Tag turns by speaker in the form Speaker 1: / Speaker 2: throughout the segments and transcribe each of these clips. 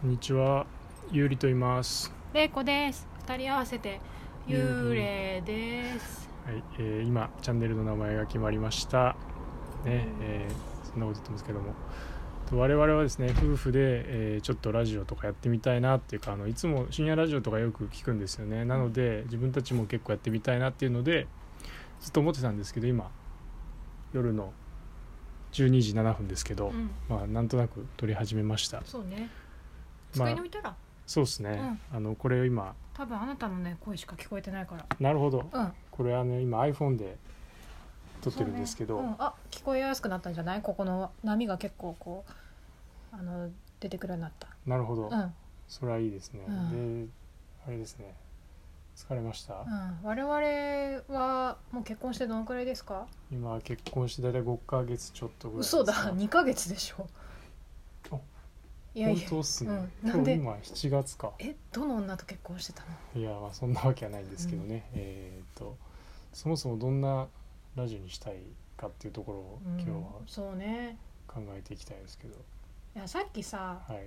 Speaker 1: こんにちは、ゆうりと言います。
Speaker 2: れいこです二人合わせて幽霊です
Speaker 1: はい、えー今チャンネルの名前が決まりました。ね、えーそんなこと言ってますけども、と我々はですね、夫婦で、えーちょっとラジオとかやってみたいなっていうか、あのいつも深夜ラジオとかよく聞くんですよね。なので自分たちも結構やってみたいなっていうので、ずっと思ってたんですけど、今夜の12時7分ですけど、
Speaker 2: うん
Speaker 1: まあなんとなく撮り始めました。
Speaker 2: そうね
Speaker 1: ま
Speaker 2: 机
Speaker 1: あ
Speaker 2: に置いたら、
Speaker 1: そうですね。あのこれを今、
Speaker 2: 多分あなたのね声しか聞こえてないから
Speaker 1: なるほど。
Speaker 2: うん
Speaker 1: これはね今 iPhone で撮ってるんですけど、
Speaker 2: そうねうんあ聞こえやすくなったんじゃないここの波が結構こうあの出てくるようになった
Speaker 1: なるほど、
Speaker 2: うん、うん、
Speaker 1: それはいいですね、
Speaker 2: うん
Speaker 1: であれですね疲れました、
Speaker 2: 我々はもう結婚してどのくらいですか
Speaker 1: 今結婚して大体5ヶ月ちょっとぐらい
Speaker 2: 嘘
Speaker 1: です
Speaker 2: だ
Speaker 1: か
Speaker 2: 二ヶ月でしょ
Speaker 1: あ
Speaker 2: いやいや
Speaker 1: 本当っすね、
Speaker 2: うんな
Speaker 1: 今日
Speaker 2: んで
Speaker 1: 今7月か
Speaker 2: えどの女と結婚してたの
Speaker 1: いやまあそんなわけはないんですけどね、えーっとそもそもどんなラジオにしたいかっていうところを今日は
Speaker 2: うん、そうね
Speaker 1: 考えていきたいですけど、
Speaker 2: いやさっきさ
Speaker 1: はい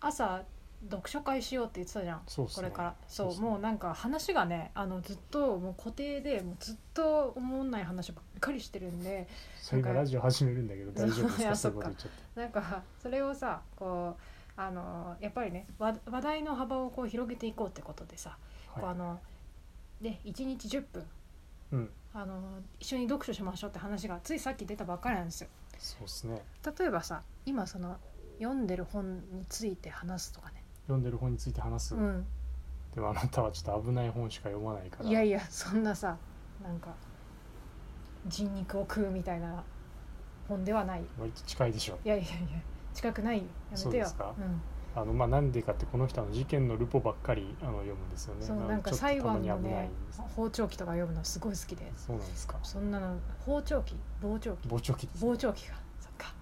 Speaker 2: 朝読書会しようって言ってたじゃん
Speaker 1: そうっすね
Speaker 2: これからそう
Speaker 1: そうっすね
Speaker 2: もうなんか話がねあのずっともう固定でもうずっと思んない話ばっかりしてるんで
Speaker 1: それがラジオ始めるんだけど大丈夫です
Speaker 2: い
Speaker 1: か
Speaker 2: や
Speaker 1: そ
Speaker 2: そうっ
Speaker 1: い
Speaker 2: か
Speaker 1: うこと言っちゃって
Speaker 2: なんかそれをさこうあのやっぱりねわ話題の幅をこう広げていこうってことでさ、こうあ
Speaker 1: はい
Speaker 2: ので1日10分
Speaker 1: うん
Speaker 2: あの一緒に読書しましょうって話がついさっき出たばっかりなんですよ。
Speaker 1: そうですね
Speaker 2: 例えばさ今その読んでる本について話すとかね。
Speaker 1: 読んでる本について話す、
Speaker 2: うん
Speaker 1: でもあなたはちょっと危ない本しか読まないから
Speaker 2: いやいやそんなさなんか人肉を食うみたいな本ではない
Speaker 1: 割と近いでしょ
Speaker 2: いやいやいや近くないよや
Speaker 1: そ
Speaker 2: め
Speaker 1: う
Speaker 2: て
Speaker 1: で
Speaker 2: よ
Speaker 1: すか
Speaker 2: ん、
Speaker 1: あのまあなんでかってこの人の事件のルポばっかりあの読むんですよね
Speaker 2: そう
Speaker 1: まあ
Speaker 2: なんか
Speaker 1: ちょっと
Speaker 2: 裁
Speaker 1: たま
Speaker 2: 判
Speaker 1: に危
Speaker 2: の
Speaker 1: ない
Speaker 2: ね
Speaker 1: んです
Speaker 2: 包丁記とか読むのすごい好きで
Speaker 1: そうなんですか
Speaker 2: そんなの包丁記傍聴記
Speaker 1: 傍聴器ですね
Speaker 2: 傍聴記がそっか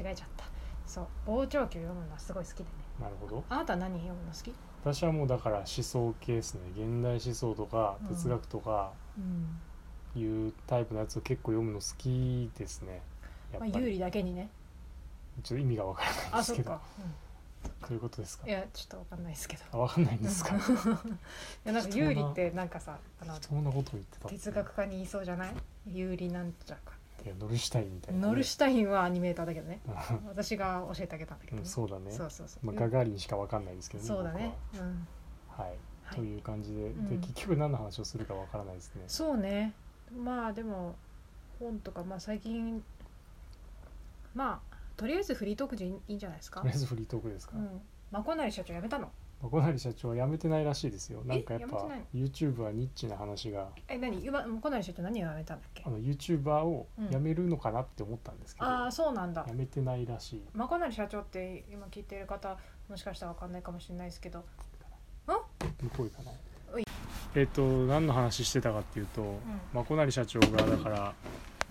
Speaker 2: 間違えちゃったそう傍聴記を読むのはすごい好きでね
Speaker 1: なるほど
Speaker 2: あなた何読むの好き、
Speaker 1: 私はもうだから思想系ですね現代思想とか
Speaker 2: うん
Speaker 1: 哲学とか
Speaker 2: うん
Speaker 1: いうタイプのやつを結構読むの好きですねや
Speaker 2: まあ、
Speaker 1: っぱ
Speaker 2: 有利
Speaker 1: り
Speaker 2: だけにね
Speaker 1: ちょっと意味がわからないんで
Speaker 2: あ
Speaker 1: す
Speaker 2: そ
Speaker 1: け
Speaker 2: っ
Speaker 1: ど
Speaker 2: か、
Speaker 1: ということですか
Speaker 2: うん、いやちょっとわかんないですけど
Speaker 1: あわかんないんですか
Speaker 2: いやなんか有利ってなんかさあの
Speaker 1: 適当なことを言ってた
Speaker 2: 哲学家に言いそうじゃない有利なんちゃらか
Speaker 1: いやノルシュタインみたいなね
Speaker 2: ノルシュタインはアニメーターだけどね
Speaker 1: う
Speaker 2: 私が教えてあげたんだけど
Speaker 1: んそうだね
Speaker 2: そうそうそう
Speaker 1: まあ、ガガーリンしかわかんないですけど
Speaker 2: そうだね
Speaker 1: 僕
Speaker 2: うん
Speaker 1: ははい、
Speaker 2: は
Speaker 1: と
Speaker 2: い
Speaker 1: いう感じで,、で
Speaker 2: うん
Speaker 1: 結局何の話をするかわからないですね
Speaker 2: そうねまあでも本とかまあ最近まあとりあえずフリートークでいいいいんじゃないですか
Speaker 1: とりあえずフリートークですか
Speaker 2: う
Speaker 1: ら、ま
Speaker 2: んまこなり社長辞めたの
Speaker 1: あ小成社長は辞めてないらしいですよなんかやっ
Speaker 2: 辞め
Speaker 1: ぱ
Speaker 2: てないの
Speaker 1: YouTube はニッチな話が
Speaker 2: え何今まこなり社長何を辞めたんだっけ
Speaker 1: あの YouTuber を辞めるのかなって思ったんですけど、
Speaker 2: ああそうなんだ
Speaker 1: 辞めてないらしい
Speaker 2: まこなり社長って今聞いてる方もしかしたらわかんないかもしれないですけど
Speaker 1: 向こう行かないう
Speaker 2: い
Speaker 1: えっ、と何の話してたかっていうと、まあ、小成社長がだから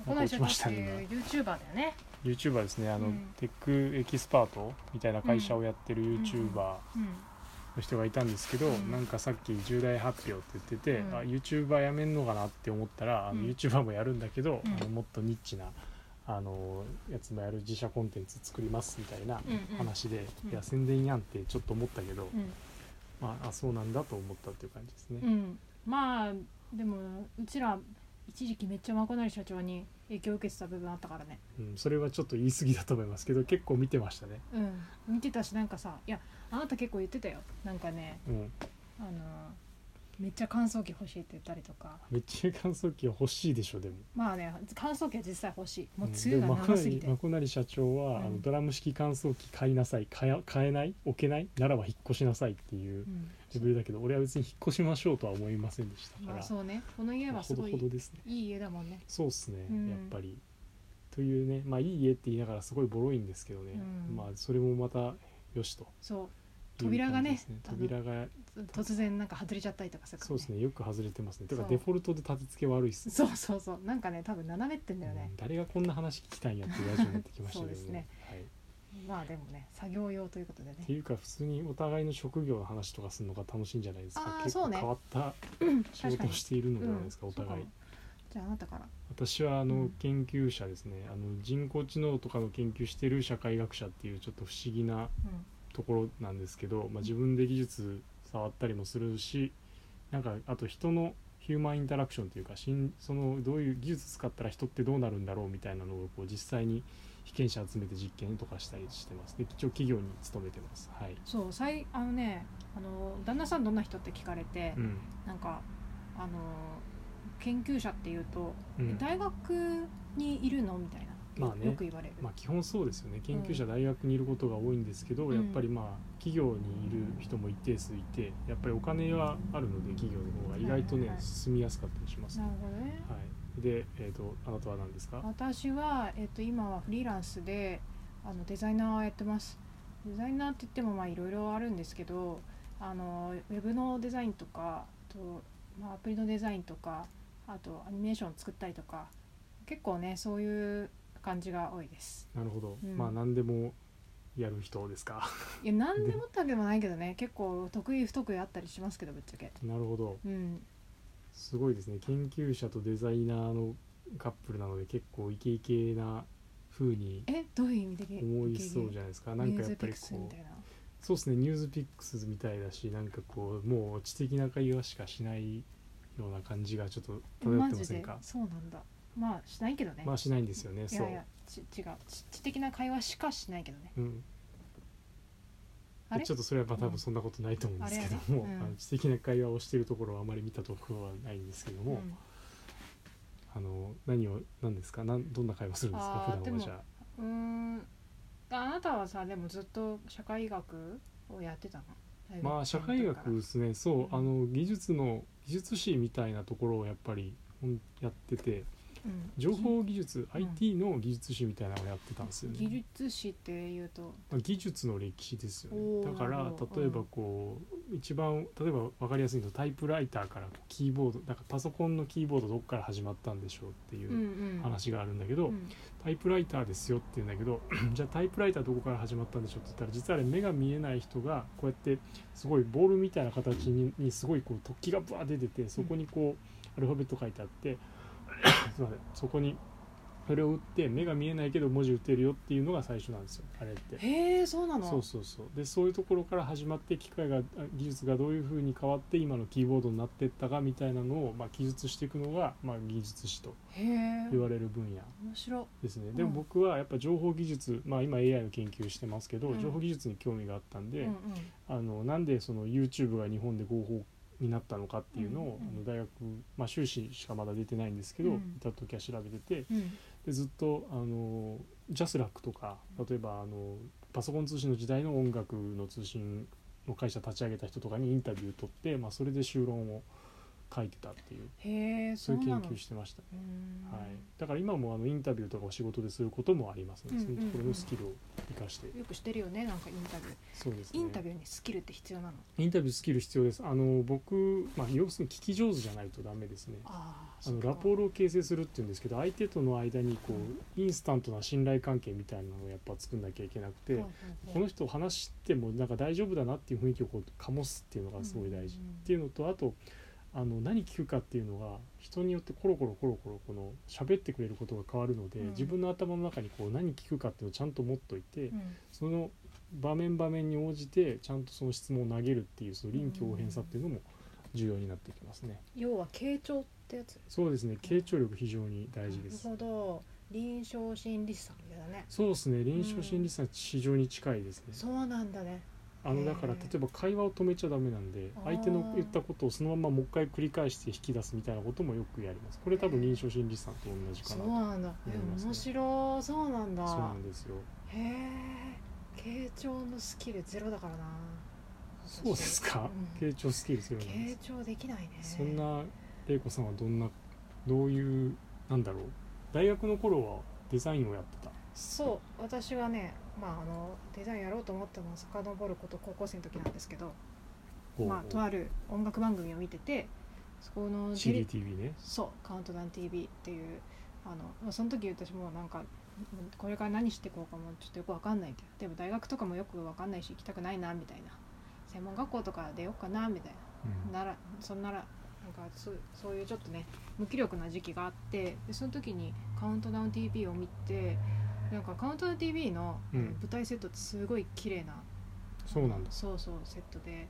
Speaker 2: まこなり社長っていう YouTuber だよね
Speaker 1: YouTuber ですねあの、
Speaker 2: うん
Speaker 1: テックエキスパートみたいな会社をやってる YouTuber、
Speaker 2: うん
Speaker 1: の人がいたんですけど、
Speaker 2: うん
Speaker 1: なんかさっき重大発表って言ってて、
Speaker 2: うん
Speaker 1: あ YouTuber やめんのかなって思ったら、あの
Speaker 2: うん
Speaker 1: YouTuber もやるんだけど、
Speaker 2: うん
Speaker 1: あのもっとニッチなあのやつもやる自社コンテンツ作りますみたいな
Speaker 2: うんうん
Speaker 1: 話で、
Speaker 2: うん
Speaker 1: いや宣伝やんってちょっと思ったけど、
Speaker 2: うん
Speaker 1: まああそうなんだと思ったっていう感じですね。
Speaker 2: うん、まあでもうちら一時期めっちゃまこなり社長に影響を受けてた部分あったからね
Speaker 1: うんそれはちょっと言い過ぎだと思いますけど結構見てましたね。
Speaker 2: うん見てたしなんかさいやあなた結構言ってたよなんかね
Speaker 1: うん、
Speaker 2: あのめっちゃ乾燥機欲しいって言ったりとか
Speaker 1: めっちゃ乾燥機は欲しいでしょでも。
Speaker 2: まあね乾燥機は実際欲しいもう
Speaker 1: うん
Speaker 2: 梅
Speaker 1: で
Speaker 2: 雨
Speaker 1: も
Speaker 2: が
Speaker 1: まこ
Speaker 2: 長
Speaker 1: な
Speaker 2: すぎ
Speaker 1: り
Speaker 2: て、
Speaker 1: まこなり社長は、
Speaker 2: うん
Speaker 1: あのドラム式乾燥機買いなさい買え買えない置けないならば引っ越しなさいっていう
Speaker 2: うん
Speaker 1: レベルだけど俺は別に引っ越しましょうとは思いませんでしたから、
Speaker 2: まあそうねこの家
Speaker 1: まあ
Speaker 2: はす
Speaker 1: ほど
Speaker 2: ごい
Speaker 1: ほどですね
Speaker 2: いい家だもんね
Speaker 1: そうっすね、
Speaker 2: うん
Speaker 1: やっぱりというねまあいい家って言いながらすごいボロいんですけどね、
Speaker 2: うん
Speaker 1: まあそれもまたよしという
Speaker 2: そう
Speaker 1: 感じ
Speaker 2: 扉がね
Speaker 1: です
Speaker 2: あの
Speaker 1: 扉が
Speaker 2: 突然なんか外れちゃったりとかするから、
Speaker 1: そうですねよく外れてますねてか
Speaker 2: そう
Speaker 1: デフォルトで立て付け悪いっすね
Speaker 2: そうそうそうなんかね多分斜めってんだよね
Speaker 1: うん、誰がこんな話聞きたいんやっていうラジオになってきましたけ
Speaker 2: そ
Speaker 1: ど
Speaker 2: うです
Speaker 1: ね
Speaker 2: ね
Speaker 1: はい、
Speaker 2: まあでもね作業用ということでね
Speaker 1: っていうか普通にお互いの職業の話とかするのが楽しいんじゃないですか
Speaker 2: あー
Speaker 1: 結
Speaker 2: そ
Speaker 1: 構
Speaker 2: うね
Speaker 1: 変わった仕
Speaker 2: 確か
Speaker 1: 事を
Speaker 2: に
Speaker 1: しているのではないですか、お互い
Speaker 2: そうかもじゃああなたから
Speaker 1: 私はあ
Speaker 2: う
Speaker 1: の
Speaker 2: ん
Speaker 1: 研究者ですね、あの人工知能とかの研究してる社会学者っていうちょっと不思議なところなんですけど、まあ、自分で技術触ったりもするしなんかあと人のヒューマンインタラクションというかしんそのどういう技術使ったら人ってどうなるんだろうみたいなのをこう実際に被験者集めて実験とかしたりしてますで一応企業に勤めてますはい、
Speaker 2: そうさいあのねあの旦那さんどんな人って聞かれて、
Speaker 1: うん
Speaker 2: なんかあの研究者っていうと、
Speaker 1: うん
Speaker 2: 大学にいるのみたいな、
Speaker 1: まあね
Speaker 2: よく言われる、
Speaker 1: まあ、基本そうですよね研究者大学にいることが多いんですけど、
Speaker 2: うん
Speaker 1: やっぱりまあ企業にいる人も一定数いてやっぱりお金はあるので企業の方が意外と
Speaker 2: はい
Speaker 1: ね
Speaker 2: はい
Speaker 1: 進みやすかったりします、
Speaker 2: な
Speaker 1: は
Speaker 2: るほどね
Speaker 1: い、で、えー、とあなたは何ですか
Speaker 2: 私は、えっと、今はフリーランスであのデザイナーをやってますデザイナーって言ってもまあいろいろあるんですけどあのウェブのデザインとかあと、まあ、アプリのデザインとかあとアニメーションを作ったりとか結構ねそういう感じが多いです
Speaker 1: なるほど、
Speaker 2: うん
Speaker 1: まあ何でもやる人ですか
Speaker 2: いや何でもってわけでもないけどね結構得意不得意あったりしますけどぶっちゃけ
Speaker 1: なるほど
Speaker 2: うん
Speaker 1: すごいですね研究者とデザイナーのカップルなので結構イケイケな風に
Speaker 2: えどういう意味的
Speaker 1: 思いそうじゃないですかなん
Speaker 2: ニュ
Speaker 1: かやっ
Speaker 2: ーズ
Speaker 1: ぱ
Speaker 2: ピッ
Speaker 1: り
Speaker 2: クスみ
Speaker 1: こう
Speaker 2: たいな
Speaker 1: そうですねニュースピックスみたいだしなんかこうもう知的な会話しかしないような感じがちょっと
Speaker 2: え
Speaker 1: 漂っ
Speaker 2: マ
Speaker 1: てま
Speaker 2: ジ
Speaker 1: せん
Speaker 2: で
Speaker 1: か
Speaker 2: そうなんだまあしないけどね
Speaker 1: まあしないんですよね
Speaker 2: い
Speaker 1: そう
Speaker 2: やいやち違う知知的な会話しかしないけどね
Speaker 1: うん
Speaker 2: あれ
Speaker 1: ちょっとそれはまあ多分そんなことないと思うんですけども、
Speaker 2: うんあれやねうん
Speaker 1: あの知的な会話をしているところはあまり見たところはないんですけども、
Speaker 2: うん
Speaker 1: あの何を何ですかなんどんな会話するんですか
Speaker 2: あー
Speaker 1: 普
Speaker 2: で
Speaker 1: 段は
Speaker 2: も
Speaker 1: じゃあ
Speaker 2: うーんあなたはさでもずっと社会学をやってたの大学
Speaker 1: まあ社会
Speaker 2: の時から
Speaker 1: 学ですねそう、
Speaker 2: うん
Speaker 1: あの技術の技術史みたいなところをやっぱりほんやってて
Speaker 2: うん
Speaker 1: 情報技術、
Speaker 2: うん
Speaker 1: IT の技術史みたいなのをやってたんですよね、
Speaker 2: 技術史っていうと
Speaker 1: まあ技術の歴史ですよね
Speaker 2: おー
Speaker 1: だから
Speaker 2: なるほど
Speaker 1: 例えばこう、一番例えば分かりやすいのはタイプライターからキーボードだからパソコンのキーボードどっから始まったんでしょうっていううん
Speaker 2: うん
Speaker 1: 話があるんだけど、
Speaker 2: うん
Speaker 1: タイプライターですよって言うんだけど じゃあタイプライターどこから始まったんでしょうって言ったら実はあれ目が見えない人がこうやってすごいボールみたいな形ににすごいこう突起がブワー出ててそこにこうアルファベット書いてあって すいませんそこにそれを打って目が見えないけど文字打てるよっていうのが最初なんですよあれって。
Speaker 2: へえそうなの
Speaker 1: そうそうそうでそういうところから始まって機械があ技術がどういうふうに変わって今のキーボードになっていったかみたいなのを、まあ、記述していくのが、まあ、技術史と
Speaker 2: へえ
Speaker 1: 言
Speaker 2: 面
Speaker 1: われる分野
Speaker 2: 白い
Speaker 1: ですねでも
Speaker 2: うん
Speaker 1: 僕はやっぱ情報技術、まあ、今 AI の研究してますけど、
Speaker 2: うん
Speaker 1: 情報技術に興味があったんで、
Speaker 2: うんうん
Speaker 1: あのなんでその YouTube が日本で合法になったのかっていうのを、
Speaker 2: うんうん
Speaker 1: あの大学、まあ、修士しかまだ出てないんですけど、
Speaker 2: うん
Speaker 1: いた時は調べてて
Speaker 2: うん
Speaker 1: でずっとあのジャスラックとか例えばあのパソコン通信の時代の音楽の通信の会社立ち上げた人とかにインタビュー取って、まあ、それで修論を書いてたっていう
Speaker 2: へえそ
Speaker 1: そうういう
Speaker 2: な
Speaker 1: 研
Speaker 2: の
Speaker 1: 究してました。
Speaker 2: うーん
Speaker 1: はい、だから今もあのインタビューとかお仕事ですることもありますね、
Speaker 2: うん
Speaker 1: そういうところ
Speaker 2: うんう
Speaker 1: の
Speaker 2: ん
Speaker 1: スキルを生かして、
Speaker 2: よくしてるよねなんかインタビュー
Speaker 1: そうですね
Speaker 2: インタビューにスキルって必要なの
Speaker 1: インタビュースキル必要ですあの僕、まあ、要するに聞き上手じゃないとダメですね
Speaker 2: ああ
Speaker 1: あの
Speaker 2: そっか
Speaker 1: ラポールを形成するっていうんですけど相手との間にこうインスタントな信頼関係みたいなのをやっぱ作んなきゃいけなくて、
Speaker 2: はいはいはい
Speaker 1: この人話してもなんか大丈夫だなっていう雰囲気をこう醸すっていうのがすごい大事、
Speaker 2: うんうんうん
Speaker 1: っていうのとあとあの何聞くかっていうのが人によってコロコロコロコロこの喋ってくれることが変わるので、
Speaker 2: うん
Speaker 1: 自分の頭の中にこう何聞くかっていうのをちゃんと持っといて、
Speaker 2: うん
Speaker 1: その場面場面に応じてちゃんとその質問を投げるっていうその臨機応変さっていうのも重要になってきますね。
Speaker 2: 要は傾聴ってやつ
Speaker 1: そうですね傾聴力非常に大事です
Speaker 2: な。るほど臨床心理士さんみたいだね
Speaker 1: そうですね臨床心理士さん非常に近いですね。
Speaker 2: そうなんだね
Speaker 1: あのだから
Speaker 2: へ
Speaker 1: 例
Speaker 2: ー
Speaker 1: えば会話を止めちゃダメなんで
Speaker 2: あー
Speaker 1: 相手の言ったことをそのままもう一回繰り返して引き出すみたいなこともよくやりますこれ多分臨床心理士さんと同じか
Speaker 2: そ
Speaker 1: な
Speaker 2: うなんだえ
Speaker 1: 思いますね
Speaker 2: 面白いそうなんだ
Speaker 1: そうなんですよ
Speaker 2: へえ傾聴のスキルゼロだからな
Speaker 1: そうですか
Speaker 2: う
Speaker 1: 傾聴スキルするなんで
Speaker 2: 傾
Speaker 1: す
Speaker 2: 聴できないね
Speaker 1: そんな玲子さんはどんなどういうなんだろう大学の頃はデザインをやってた
Speaker 2: そう私はねまああのデザインやろうと思っても遡ること高校生の時なんですけどまあとある音楽番組を見ててそこのテレ
Speaker 1: CDTV ね
Speaker 2: そう「カウントダウン t v っていうあのまあその時私もうなんかこれから何していこうかもちょっとよくわかんないみたいなでも大学とかもよくわかんないし行きたくないなみたいな専門学校とか出ようかなみたい
Speaker 1: うん
Speaker 2: なならそんならなんかそうそういうちょっとね無気力な時期があってでその時に「カウントダウン t v を見てなんか「カウントダウン t v のあの
Speaker 1: うん
Speaker 2: 舞台セットってすごい綺麗な
Speaker 1: そうなんだ
Speaker 2: そうそうセットで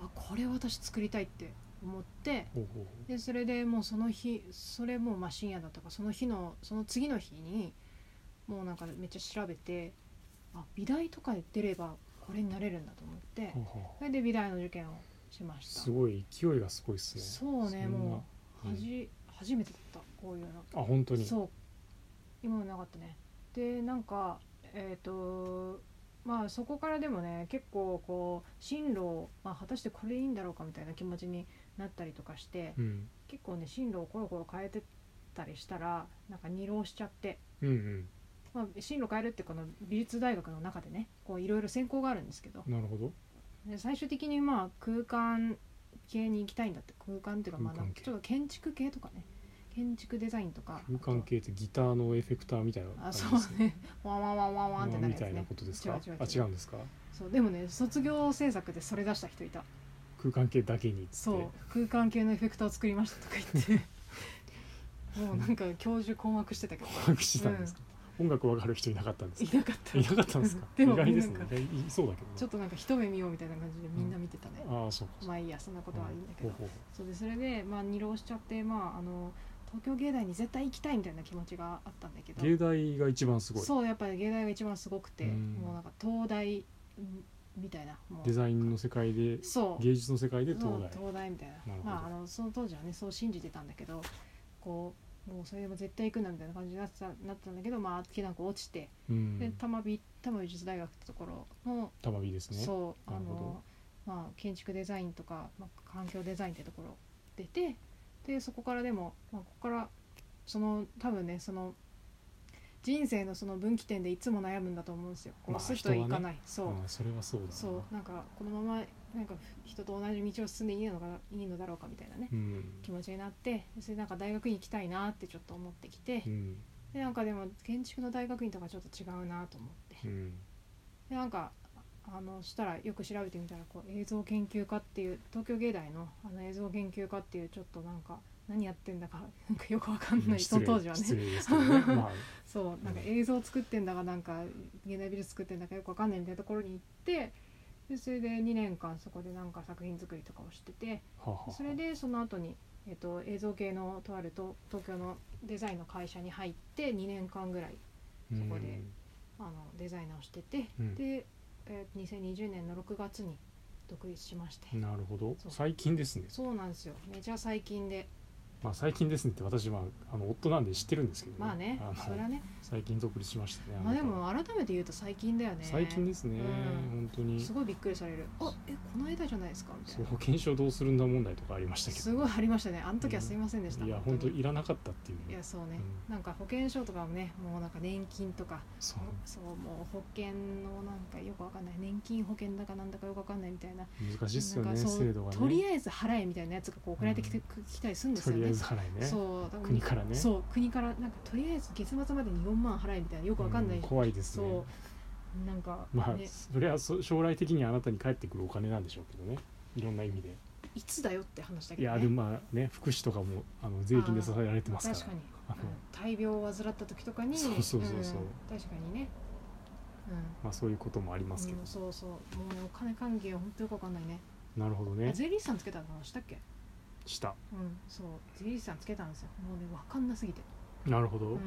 Speaker 2: あこれ私作りたいって思って
Speaker 1: ほうほう
Speaker 2: でそれでもうその日それもまあ深夜だったからその日のその次の日にもうなんかめっちゃ調べてあ美大とかで出ればこれになれるんだと思って
Speaker 1: ほうほう
Speaker 2: それで美大の受験をしました
Speaker 1: すごい勢いがすごいですね
Speaker 2: そうね
Speaker 1: そんな
Speaker 2: もう
Speaker 1: うん
Speaker 2: はじ、初めてだったこういうの
Speaker 1: あ本当に
Speaker 2: そう今はなかったねでなんかえっ、とまあそこからでもね結構こう進路を、まあ、果たしてこれいいんだろうかみたいな気持ちになったりとかして、
Speaker 1: うん、
Speaker 2: 結構ね進路をコロコロ変えてったりしたらなんか二浪しちゃって、
Speaker 1: うん
Speaker 2: まあ、進路変えるってこの美術大学の中でねこういろいろ専攻があるんですけど
Speaker 1: うんなるほど
Speaker 2: で最終的にまあ空間系に行きたいんだって空間っていうかまあ
Speaker 1: 空間
Speaker 2: なんか
Speaker 1: 系
Speaker 2: ちょっと建築系とかね建築デザインとか
Speaker 1: 空間系ってギターのエフェクターみたいな
Speaker 2: あ
Speaker 1: 感じ
Speaker 2: そ
Speaker 1: です
Speaker 2: うねワンワンワンワンワンってなる
Speaker 1: み
Speaker 2: やつ
Speaker 1: たいな
Speaker 2: ね
Speaker 1: ことですか
Speaker 2: 違う違う違う
Speaker 1: あ違うんですか
Speaker 2: そうでもね卒業制作でそれ出した人いた
Speaker 1: 空間系だけにっつって
Speaker 2: そう空間系のエフェクターを作りましたとか 言ってもうなんか教授困惑してたけど
Speaker 1: 把握してたんですか、音楽わかる人いなかったんです
Speaker 2: い
Speaker 1: か
Speaker 2: なかった
Speaker 1: いなかったんですか
Speaker 2: で
Speaker 1: 意
Speaker 2: も
Speaker 1: 外ですね
Speaker 2: なん
Speaker 1: いいそうだけどね
Speaker 2: ちょっとなんか一目見ようみたいな感じでみんな見てたね、
Speaker 1: ああそうかそうか
Speaker 2: まあいいやそんなことはいいんだけど、
Speaker 1: ほうほう
Speaker 2: そうでそれでまあ二浪しちゃってまああの東京芸大に絶対行きたいみたいな気持ちがあったんだけど
Speaker 1: 芸大が一番すごい
Speaker 2: そうやっぱり芸大が一番すごくて、
Speaker 1: うん
Speaker 2: もうなんか東大んみたいなもう
Speaker 1: デザインの世界で
Speaker 2: そう
Speaker 1: 芸術の世界で東
Speaker 2: そう
Speaker 1: 大
Speaker 2: 東大みたいな
Speaker 1: るほど
Speaker 2: まあ、あのその当時はねそう信じてたんだけどこうもうそれでも絶対行くんだみたいな感じになってたなってたんだけどまあきなく落ちて、
Speaker 1: うん
Speaker 2: で多摩美多摩美術大学ってところの、
Speaker 1: 玉美ですね
Speaker 2: そうあ
Speaker 1: なるほど
Speaker 2: の、まあ、建築デザインとか、まあ、環境デザインってところ出てでそこからでも、まあ、ここからその多分ねその人生のその分岐点でいつも悩むんだと思うんですよ。こ
Speaker 1: まあ
Speaker 2: うスッといかない、そう、
Speaker 1: ああそれはそうだな
Speaker 2: そうなんかこのままなんか人と同じ道を進んでいいのかいいのだろうかみたいなね
Speaker 1: うん
Speaker 2: 気持ちになってそれでなんか大学院行きたいなってちょっと思ってきて
Speaker 1: うん
Speaker 2: でなんかでも建築の大学院とかちょっと違うなと思って
Speaker 1: うん
Speaker 2: でなんかあのしたらよく調べてみたらこう映像研究科っていう東京芸大のあの映像研究科っていうちょっとなんか何やってんだかなんかよくわかんないそ
Speaker 1: 失
Speaker 2: の
Speaker 1: 礼
Speaker 2: 当時はね
Speaker 1: 失礼ですけどねまあ
Speaker 2: そうなんか映像作ってんだかなんか現代美術作ってんだかよくわかんないみたいなところに行ってでそれで2年間そこでなんか作品作りとかをしてて
Speaker 1: はあはあ
Speaker 2: それでその後にえっと映像系のとあると東京のデザインの会社に入って2年間ぐらい
Speaker 1: うん
Speaker 2: そこであのデザイナーをしてて
Speaker 1: うん
Speaker 2: で、えー2020年の6月に独立しまして
Speaker 1: なるほど
Speaker 2: そう
Speaker 1: 最近ですね
Speaker 2: そうなんですよめちゃ最近で
Speaker 1: まあ最近ですねって私はあの夫なんで知ってるんですけど
Speaker 2: まあね
Speaker 1: の
Speaker 2: それはね
Speaker 1: 最近独立しましたね
Speaker 2: まあで
Speaker 1: なた
Speaker 2: も改めて言うと最近だよね
Speaker 1: 最近ですね
Speaker 2: うん
Speaker 1: 本当に
Speaker 2: すごいびっくりされる「あえこの間じゃないですか」みたい
Speaker 1: そ
Speaker 2: な
Speaker 1: う検証どうするんだ問題とかありましたけど
Speaker 2: すごいありましたねあの時はすいませんでした、
Speaker 1: いや本当いらなかったっていう
Speaker 2: いやそうね、
Speaker 1: う
Speaker 2: なんか保険証とかもねもうなんか年金とか
Speaker 1: そう
Speaker 2: そうもう保険のなんかよくわかんない年金保険だかなんだかよくわかんないみたいな
Speaker 1: 難しいっすよ
Speaker 2: なん
Speaker 1: ね
Speaker 2: かそう
Speaker 1: 制度がね
Speaker 2: とりあえず払えみたいなやつがこう送られてきて、
Speaker 1: うん
Speaker 2: きたりするんで
Speaker 1: と
Speaker 2: すよ
Speaker 1: りあえ
Speaker 2: ね
Speaker 1: ず払いね
Speaker 2: そうだ
Speaker 1: 国からね
Speaker 2: そう国からなんかとりあえず月末までに4万払えみたいなよくわかんない、
Speaker 1: う怖いですね
Speaker 2: そうなんか、ね
Speaker 1: まあそれはそ将来的にあなたに返ってくるお金なんでしょうけどねいろんな意味で
Speaker 2: いつだよって話だけど、ね、
Speaker 1: いやでもまあね福祉とかもあの税金で支えられてますから
Speaker 2: 確かに
Speaker 1: あの
Speaker 2: 大病を患った時とかに
Speaker 1: そうそうそうそうん
Speaker 2: 確かにねうん
Speaker 1: まあそういうこともありますけど
Speaker 2: うん、そうそうもうねお金関係は本当よくわかんないね
Speaker 1: なるほど
Speaker 2: あ
Speaker 1: ね
Speaker 2: 税理士さんつけたの話したっけ
Speaker 1: した
Speaker 2: うんそう税理士さんつけたんですよもうねわかんなすぎて
Speaker 1: なるほど、
Speaker 2: うん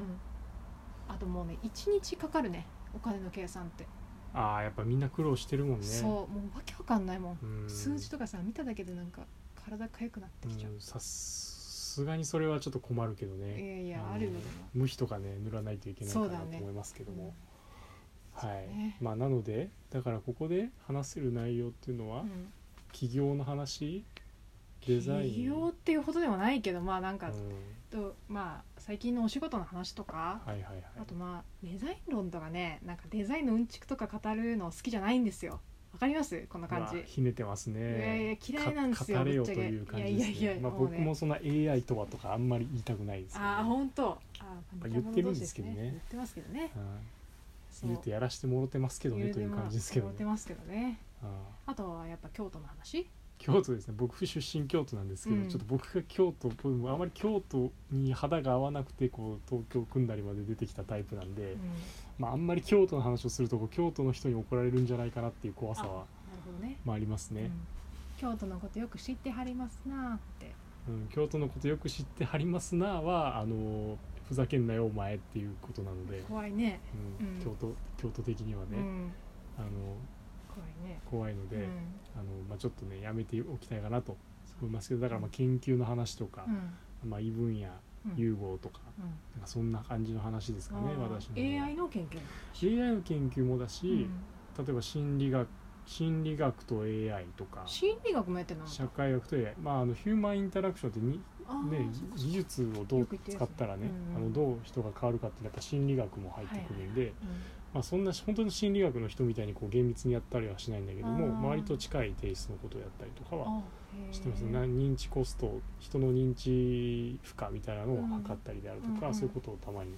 Speaker 2: あともうね一日かかるねお金の計算って、
Speaker 1: ああやっぱみんな苦労してるもんね
Speaker 2: そうもうわけわかんないもん、
Speaker 1: うん
Speaker 2: 数字とかさ見ただけでなんか体かゆくなってきちゃう、
Speaker 1: うんさすがにそれはちょっと困るけどね
Speaker 2: いやいや
Speaker 1: の
Speaker 2: あるよでも
Speaker 1: 無比とかね塗らないといけないかな
Speaker 2: そう
Speaker 1: と
Speaker 2: だね
Speaker 1: 思いますけども、
Speaker 2: うん
Speaker 1: はい、
Speaker 2: そうね
Speaker 1: まあなのでだからここで話せる内容っていうのは、
Speaker 2: うん
Speaker 1: 企業の話デザイン
Speaker 2: 起業っていうほどでもないけどまあなんか、
Speaker 1: うん
Speaker 2: とまあ最近のお仕事の話とか、
Speaker 1: はいはいはい
Speaker 2: あとまあデザイン論とかねなんかデザインのうんちくとか語るの好きじゃないんですよわかりますこの感
Speaker 1: うわ
Speaker 2: じ
Speaker 1: ひねってますね
Speaker 2: いやいや嫌いなんですよ
Speaker 1: か語れよ
Speaker 2: ぶ
Speaker 1: と
Speaker 2: っちゃけ
Speaker 1: いう感じですね
Speaker 2: いやいやいや
Speaker 1: まあ、
Speaker 2: もう
Speaker 1: 僕
Speaker 2: ね
Speaker 1: もそんな AI とはとかあんまり言いたくないですよね
Speaker 2: ああ本当あ
Speaker 1: まあ言ってるんですけどね
Speaker 2: 言ってますけどね
Speaker 1: うん
Speaker 2: そう
Speaker 1: 言うてやらしてもろてますけどねという感じですけど
Speaker 2: 言うて
Speaker 1: ね
Speaker 2: ますけどね
Speaker 1: うん
Speaker 2: あとはやっぱ京都の話
Speaker 1: 京都ですね僕出身京都なんですけど、
Speaker 2: うん
Speaker 1: ちょっと僕が京都こうあまり京都に肌が合わなくてこう東京組んだりまで出てきたタイプなんで、
Speaker 2: うん
Speaker 1: まあ、あんまり京都の話をするとこう京都の人に怒られるんじゃないかなっていう怖さは
Speaker 2: あほどね
Speaker 1: まああります
Speaker 2: う
Speaker 1: ね
Speaker 2: ん、京都のことよく知ってはりますなあって
Speaker 1: うん京都のことよく知ってはりますな」はあのふざけんなよお前っていうことなので、
Speaker 2: 怖いね
Speaker 1: うん
Speaker 2: うん
Speaker 1: 京都京都的には
Speaker 2: う
Speaker 1: ね、
Speaker 2: ん
Speaker 1: あの
Speaker 2: 怖いね
Speaker 1: 怖いので、
Speaker 2: うん
Speaker 1: あのまあ、ちょっとねやめておきたいかなと思いますけどだからまあ研究の話とか、まあ、異分野
Speaker 2: うんうん
Speaker 1: 融合とか,、
Speaker 2: うん
Speaker 1: なんかそんな感じの話ですかね
Speaker 2: あー
Speaker 1: 私の方は
Speaker 2: AI の研究
Speaker 1: AI の研究もだし、例えば心理学心理学と AI とか
Speaker 2: 心理学もやってるの
Speaker 1: 社会学と AI、まあ、あのヒューマンインタラクションってに、
Speaker 2: あー
Speaker 1: ね
Speaker 2: そっ、か
Speaker 1: 技術をど
Speaker 2: よ
Speaker 1: う
Speaker 2: く言ってる
Speaker 1: 使
Speaker 2: やつね
Speaker 1: ったらね、
Speaker 2: うん
Speaker 1: あのどう人が変わるかってやっぱ心理学も入ってくるんで、まあ、そんな本当に心理学の人みたいにこう厳密にやったりはしないんだけども
Speaker 2: あー
Speaker 1: 周りと近いテイストのことをやったりとか
Speaker 2: うん
Speaker 1: は
Speaker 2: あへー
Speaker 1: してますねな認知コスト人の認知負荷みたいなのを測ったりであると
Speaker 2: うんうん
Speaker 1: か、
Speaker 2: うん
Speaker 1: そういうことをたまに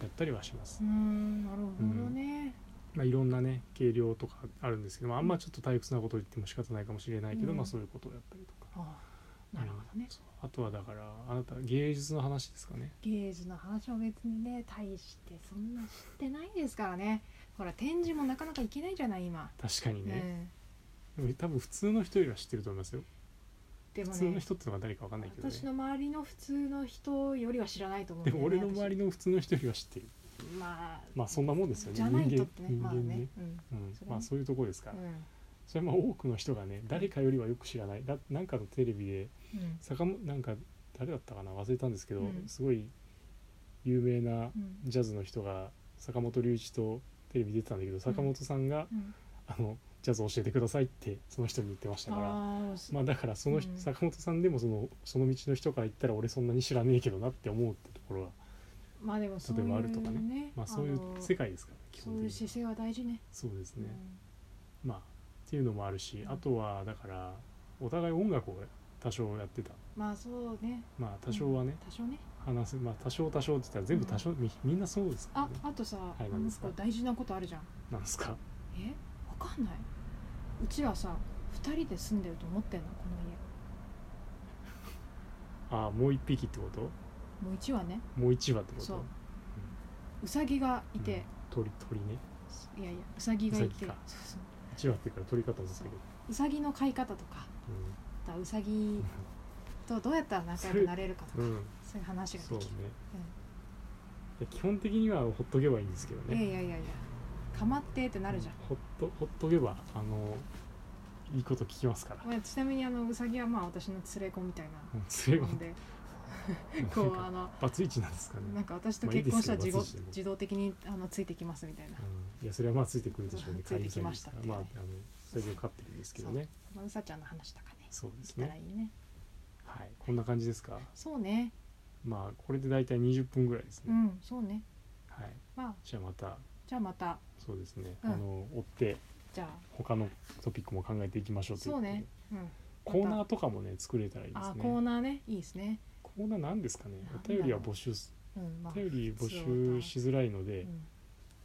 Speaker 1: やったりはします
Speaker 2: うー、んなるほどね
Speaker 1: まあ、いろんなね計量とかあるんですけどまああんまちょっと退屈なことを言っても仕方ないかもしれないけど、
Speaker 2: うん
Speaker 1: まあ、そういうことをやったりとか
Speaker 2: あーなるほどね
Speaker 1: そうあとはだからあなた芸術の話ですかね
Speaker 2: 芸術の話は別にね大してそんな知ってないですからねほら展示もなかなか行けないじゃない今
Speaker 1: 確かにね、
Speaker 2: うん
Speaker 1: でも多分普通の人よりは知ってると思いますよ、
Speaker 2: で
Speaker 1: 普
Speaker 2: も
Speaker 1: 通の
Speaker 2: ね
Speaker 1: 人ってのは誰かわかんないけどね
Speaker 2: 私の周りの普通の人よりは知らないと思うん
Speaker 1: で
Speaker 2: だよ
Speaker 1: も
Speaker 2: ね
Speaker 1: 俺の周りの普通の人よりは知ってる
Speaker 2: 私まあ
Speaker 1: まあそんなもんですよね
Speaker 2: じゃないとってね
Speaker 1: 人間
Speaker 2: まあ
Speaker 1: 人間ね
Speaker 2: ね、うん
Speaker 1: うん
Speaker 2: それね
Speaker 1: まあそういうとこですから、
Speaker 2: うん
Speaker 1: それはまあ多くの人がね誰かよりはよく知らないだなんかのテレビで
Speaker 2: うん
Speaker 1: 坂本なんか誰だったかな忘れたんですけど、
Speaker 2: うん
Speaker 1: すごい有名な
Speaker 2: うん
Speaker 1: ジャズの人が坂本龍一とテレビ出てたんだけど坂本さんが、
Speaker 2: うん
Speaker 1: あのジャズ教えてくださいってその人に言ってましたから
Speaker 2: あー
Speaker 1: まあだからその人、
Speaker 2: うん
Speaker 1: 坂本さんでもそのその道の人から言ったら俺そんなに知らねえけどなって思うってところは
Speaker 2: まあでもそういう
Speaker 1: 例えばあるとかね
Speaker 2: ね
Speaker 1: まあそういう
Speaker 2: の
Speaker 1: 世界ですから基
Speaker 2: そう
Speaker 1: 本
Speaker 2: いう
Speaker 1: 的に
Speaker 2: 姿勢は大事ね
Speaker 1: そうですね、まあっていうのもあるし
Speaker 2: うん
Speaker 1: あとはだからお互い音楽を多少やってた
Speaker 2: うんまあそうね
Speaker 1: まあ多少はね、
Speaker 2: 多少ね
Speaker 1: 話すまあ多少多少って言ったら全部多少、みみんなそうですから
Speaker 2: あ
Speaker 1: ね
Speaker 2: あとさ、
Speaker 1: い
Speaker 2: も
Speaker 1: 何
Speaker 2: う
Speaker 1: です
Speaker 2: 一
Speaker 1: か
Speaker 2: 個大事なことあるじゃん
Speaker 1: なんですか
Speaker 2: えわかんないうちはさ2人で住んでると思ってんのこの家
Speaker 1: ああもう一匹ってこと
Speaker 2: もう1羽ね
Speaker 1: もう一羽ってこと
Speaker 2: そううさぎがいて、
Speaker 1: 鳥鳥ね
Speaker 2: いやいやうさぎがいて
Speaker 1: うさぎか
Speaker 2: そうそう
Speaker 1: 一羽っていうから鳥かと思ったけど、
Speaker 2: うさぎの飼い方とかあとはうさぎとどうやったら仲良くなれるかとか
Speaker 1: うん、うん、
Speaker 2: そういう話がで
Speaker 1: そうね
Speaker 2: きる、
Speaker 1: いや基本的にはほっとけばいいんですけど
Speaker 2: うん、い
Speaker 1: ね
Speaker 2: やいやいやいやかまってってなるじゃん、
Speaker 1: ほっとほっとけばあのいいこと聞きますから
Speaker 2: まあ、ちなみにあのうさぎはまあ私の連れ子みたい
Speaker 1: うん強い
Speaker 2: な
Speaker 1: も
Speaker 2: もん
Speaker 1: ん
Speaker 2: で
Speaker 1: なん
Speaker 2: こう
Speaker 1: か
Speaker 2: あの
Speaker 1: バツイチなんですかね
Speaker 2: なんか私と
Speaker 1: まあいい
Speaker 2: 結
Speaker 1: です
Speaker 2: 婚した
Speaker 1: けど
Speaker 2: ら自動
Speaker 1: 私でも
Speaker 2: 自動的にあのついてきますみたいな、
Speaker 1: うんいやそれはまあついてくるでしょうね
Speaker 2: ついてきました
Speaker 1: 飼い主さんですからまああのそれで飼ってるんですけどね
Speaker 2: まあうさちゃんの話とかね
Speaker 1: そうで
Speaker 2: し
Speaker 1: す
Speaker 2: たら
Speaker 1: ね
Speaker 2: いいね
Speaker 1: はいこんな感じですか
Speaker 2: そうね
Speaker 1: まあこれで大体20分ぐらいです
Speaker 2: う
Speaker 1: ね、
Speaker 2: んそうね
Speaker 1: はい
Speaker 2: まあ
Speaker 1: じゃあまた
Speaker 2: じゃあまた
Speaker 1: そうですね、
Speaker 2: うん
Speaker 1: あの追って
Speaker 2: じゃあ
Speaker 1: 他のトピックも考えていきましょうという
Speaker 2: そう
Speaker 1: ことで
Speaker 2: ねうん
Speaker 1: コーナーとかもね作れたらいいです
Speaker 2: あ
Speaker 1: ね
Speaker 2: コーナーねいいですね
Speaker 1: コーナーなんですかね
Speaker 2: なんだろ
Speaker 1: お
Speaker 2: う
Speaker 1: 便りは募集す
Speaker 2: うんまあ
Speaker 1: お便り募集しづらいので、
Speaker 2: うん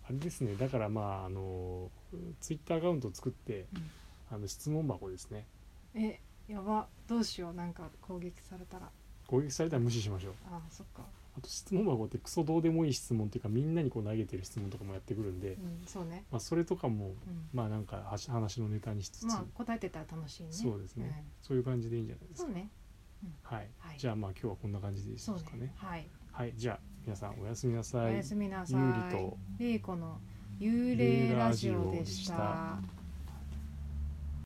Speaker 1: あれですねだからまああのツイッターアカウントを作って、
Speaker 2: うん
Speaker 1: あの質問箱ですね
Speaker 2: えやばどうしようなんか攻撃されたら
Speaker 1: 攻撃されたら無視しましょう
Speaker 2: あそっか
Speaker 1: あと質問箱ってクソどうでもいい質問っていうかみんなにこう投げてる質問とかもやってくるんで、
Speaker 2: うんそうね
Speaker 1: まあ、それとかも
Speaker 2: うん
Speaker 1: まあなんかはし話のネタにしつつ、
Speaker 2: まあ答えてたら楽しいね
Speaker 1: そうですね、そういう感じでいいんじゃない
Speaker 2: うん
Speaker 1: です
Speaker 2: そう
Speaker 1: か、
Speaker 2: ね
Speaker 1: はい、
Speaker 2: はい
Speaker 1: じゃあまあ今日はこんな感じでいいです
Speaker 2: そ
Speaker 1: か
Speaker 2: う
Speaker 1: ね
Speaker 2: ねはい
Speaker 1: はいじゃあ皆さんおやすみな
Speaker 2: お
Speaker 1: さい
Speaker 2: やすみなさい
Speaker 1: ゆうりと
Speaker 2: レイコの幽霊ラジオでし
Speaker 1: 幽霊ラジオで
Speaker 2: た